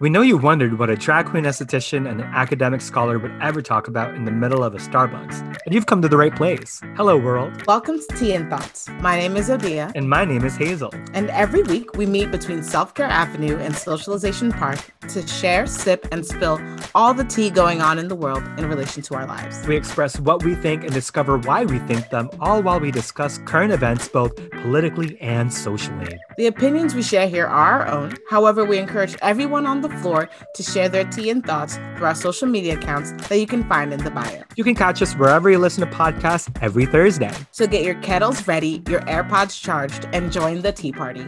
We know you wondered what a drag queen esthetician and an academic scholar would ever talk about in the middle of a Starbucks, and you've come to the right place. Hello, world. Welcome to Tea and Thoughts. My name is Odia, And my name is Hazel. and every week we meet between Self Care Avenue and Socialization Park to share, sip, and spill all the tea going on in the world in relation to our lives. We express what we think and discover why we think them, all while we discuss current events both politically and socially. The opinions we share here are our own. However, we encourage everyone on the floor to share their tea and thoughts through our social media accounts that you can find in the bio. You can catch us wherever you listen to podcasts every Thursday. So get your kettles ready, your AirPods charged, and join the tea party.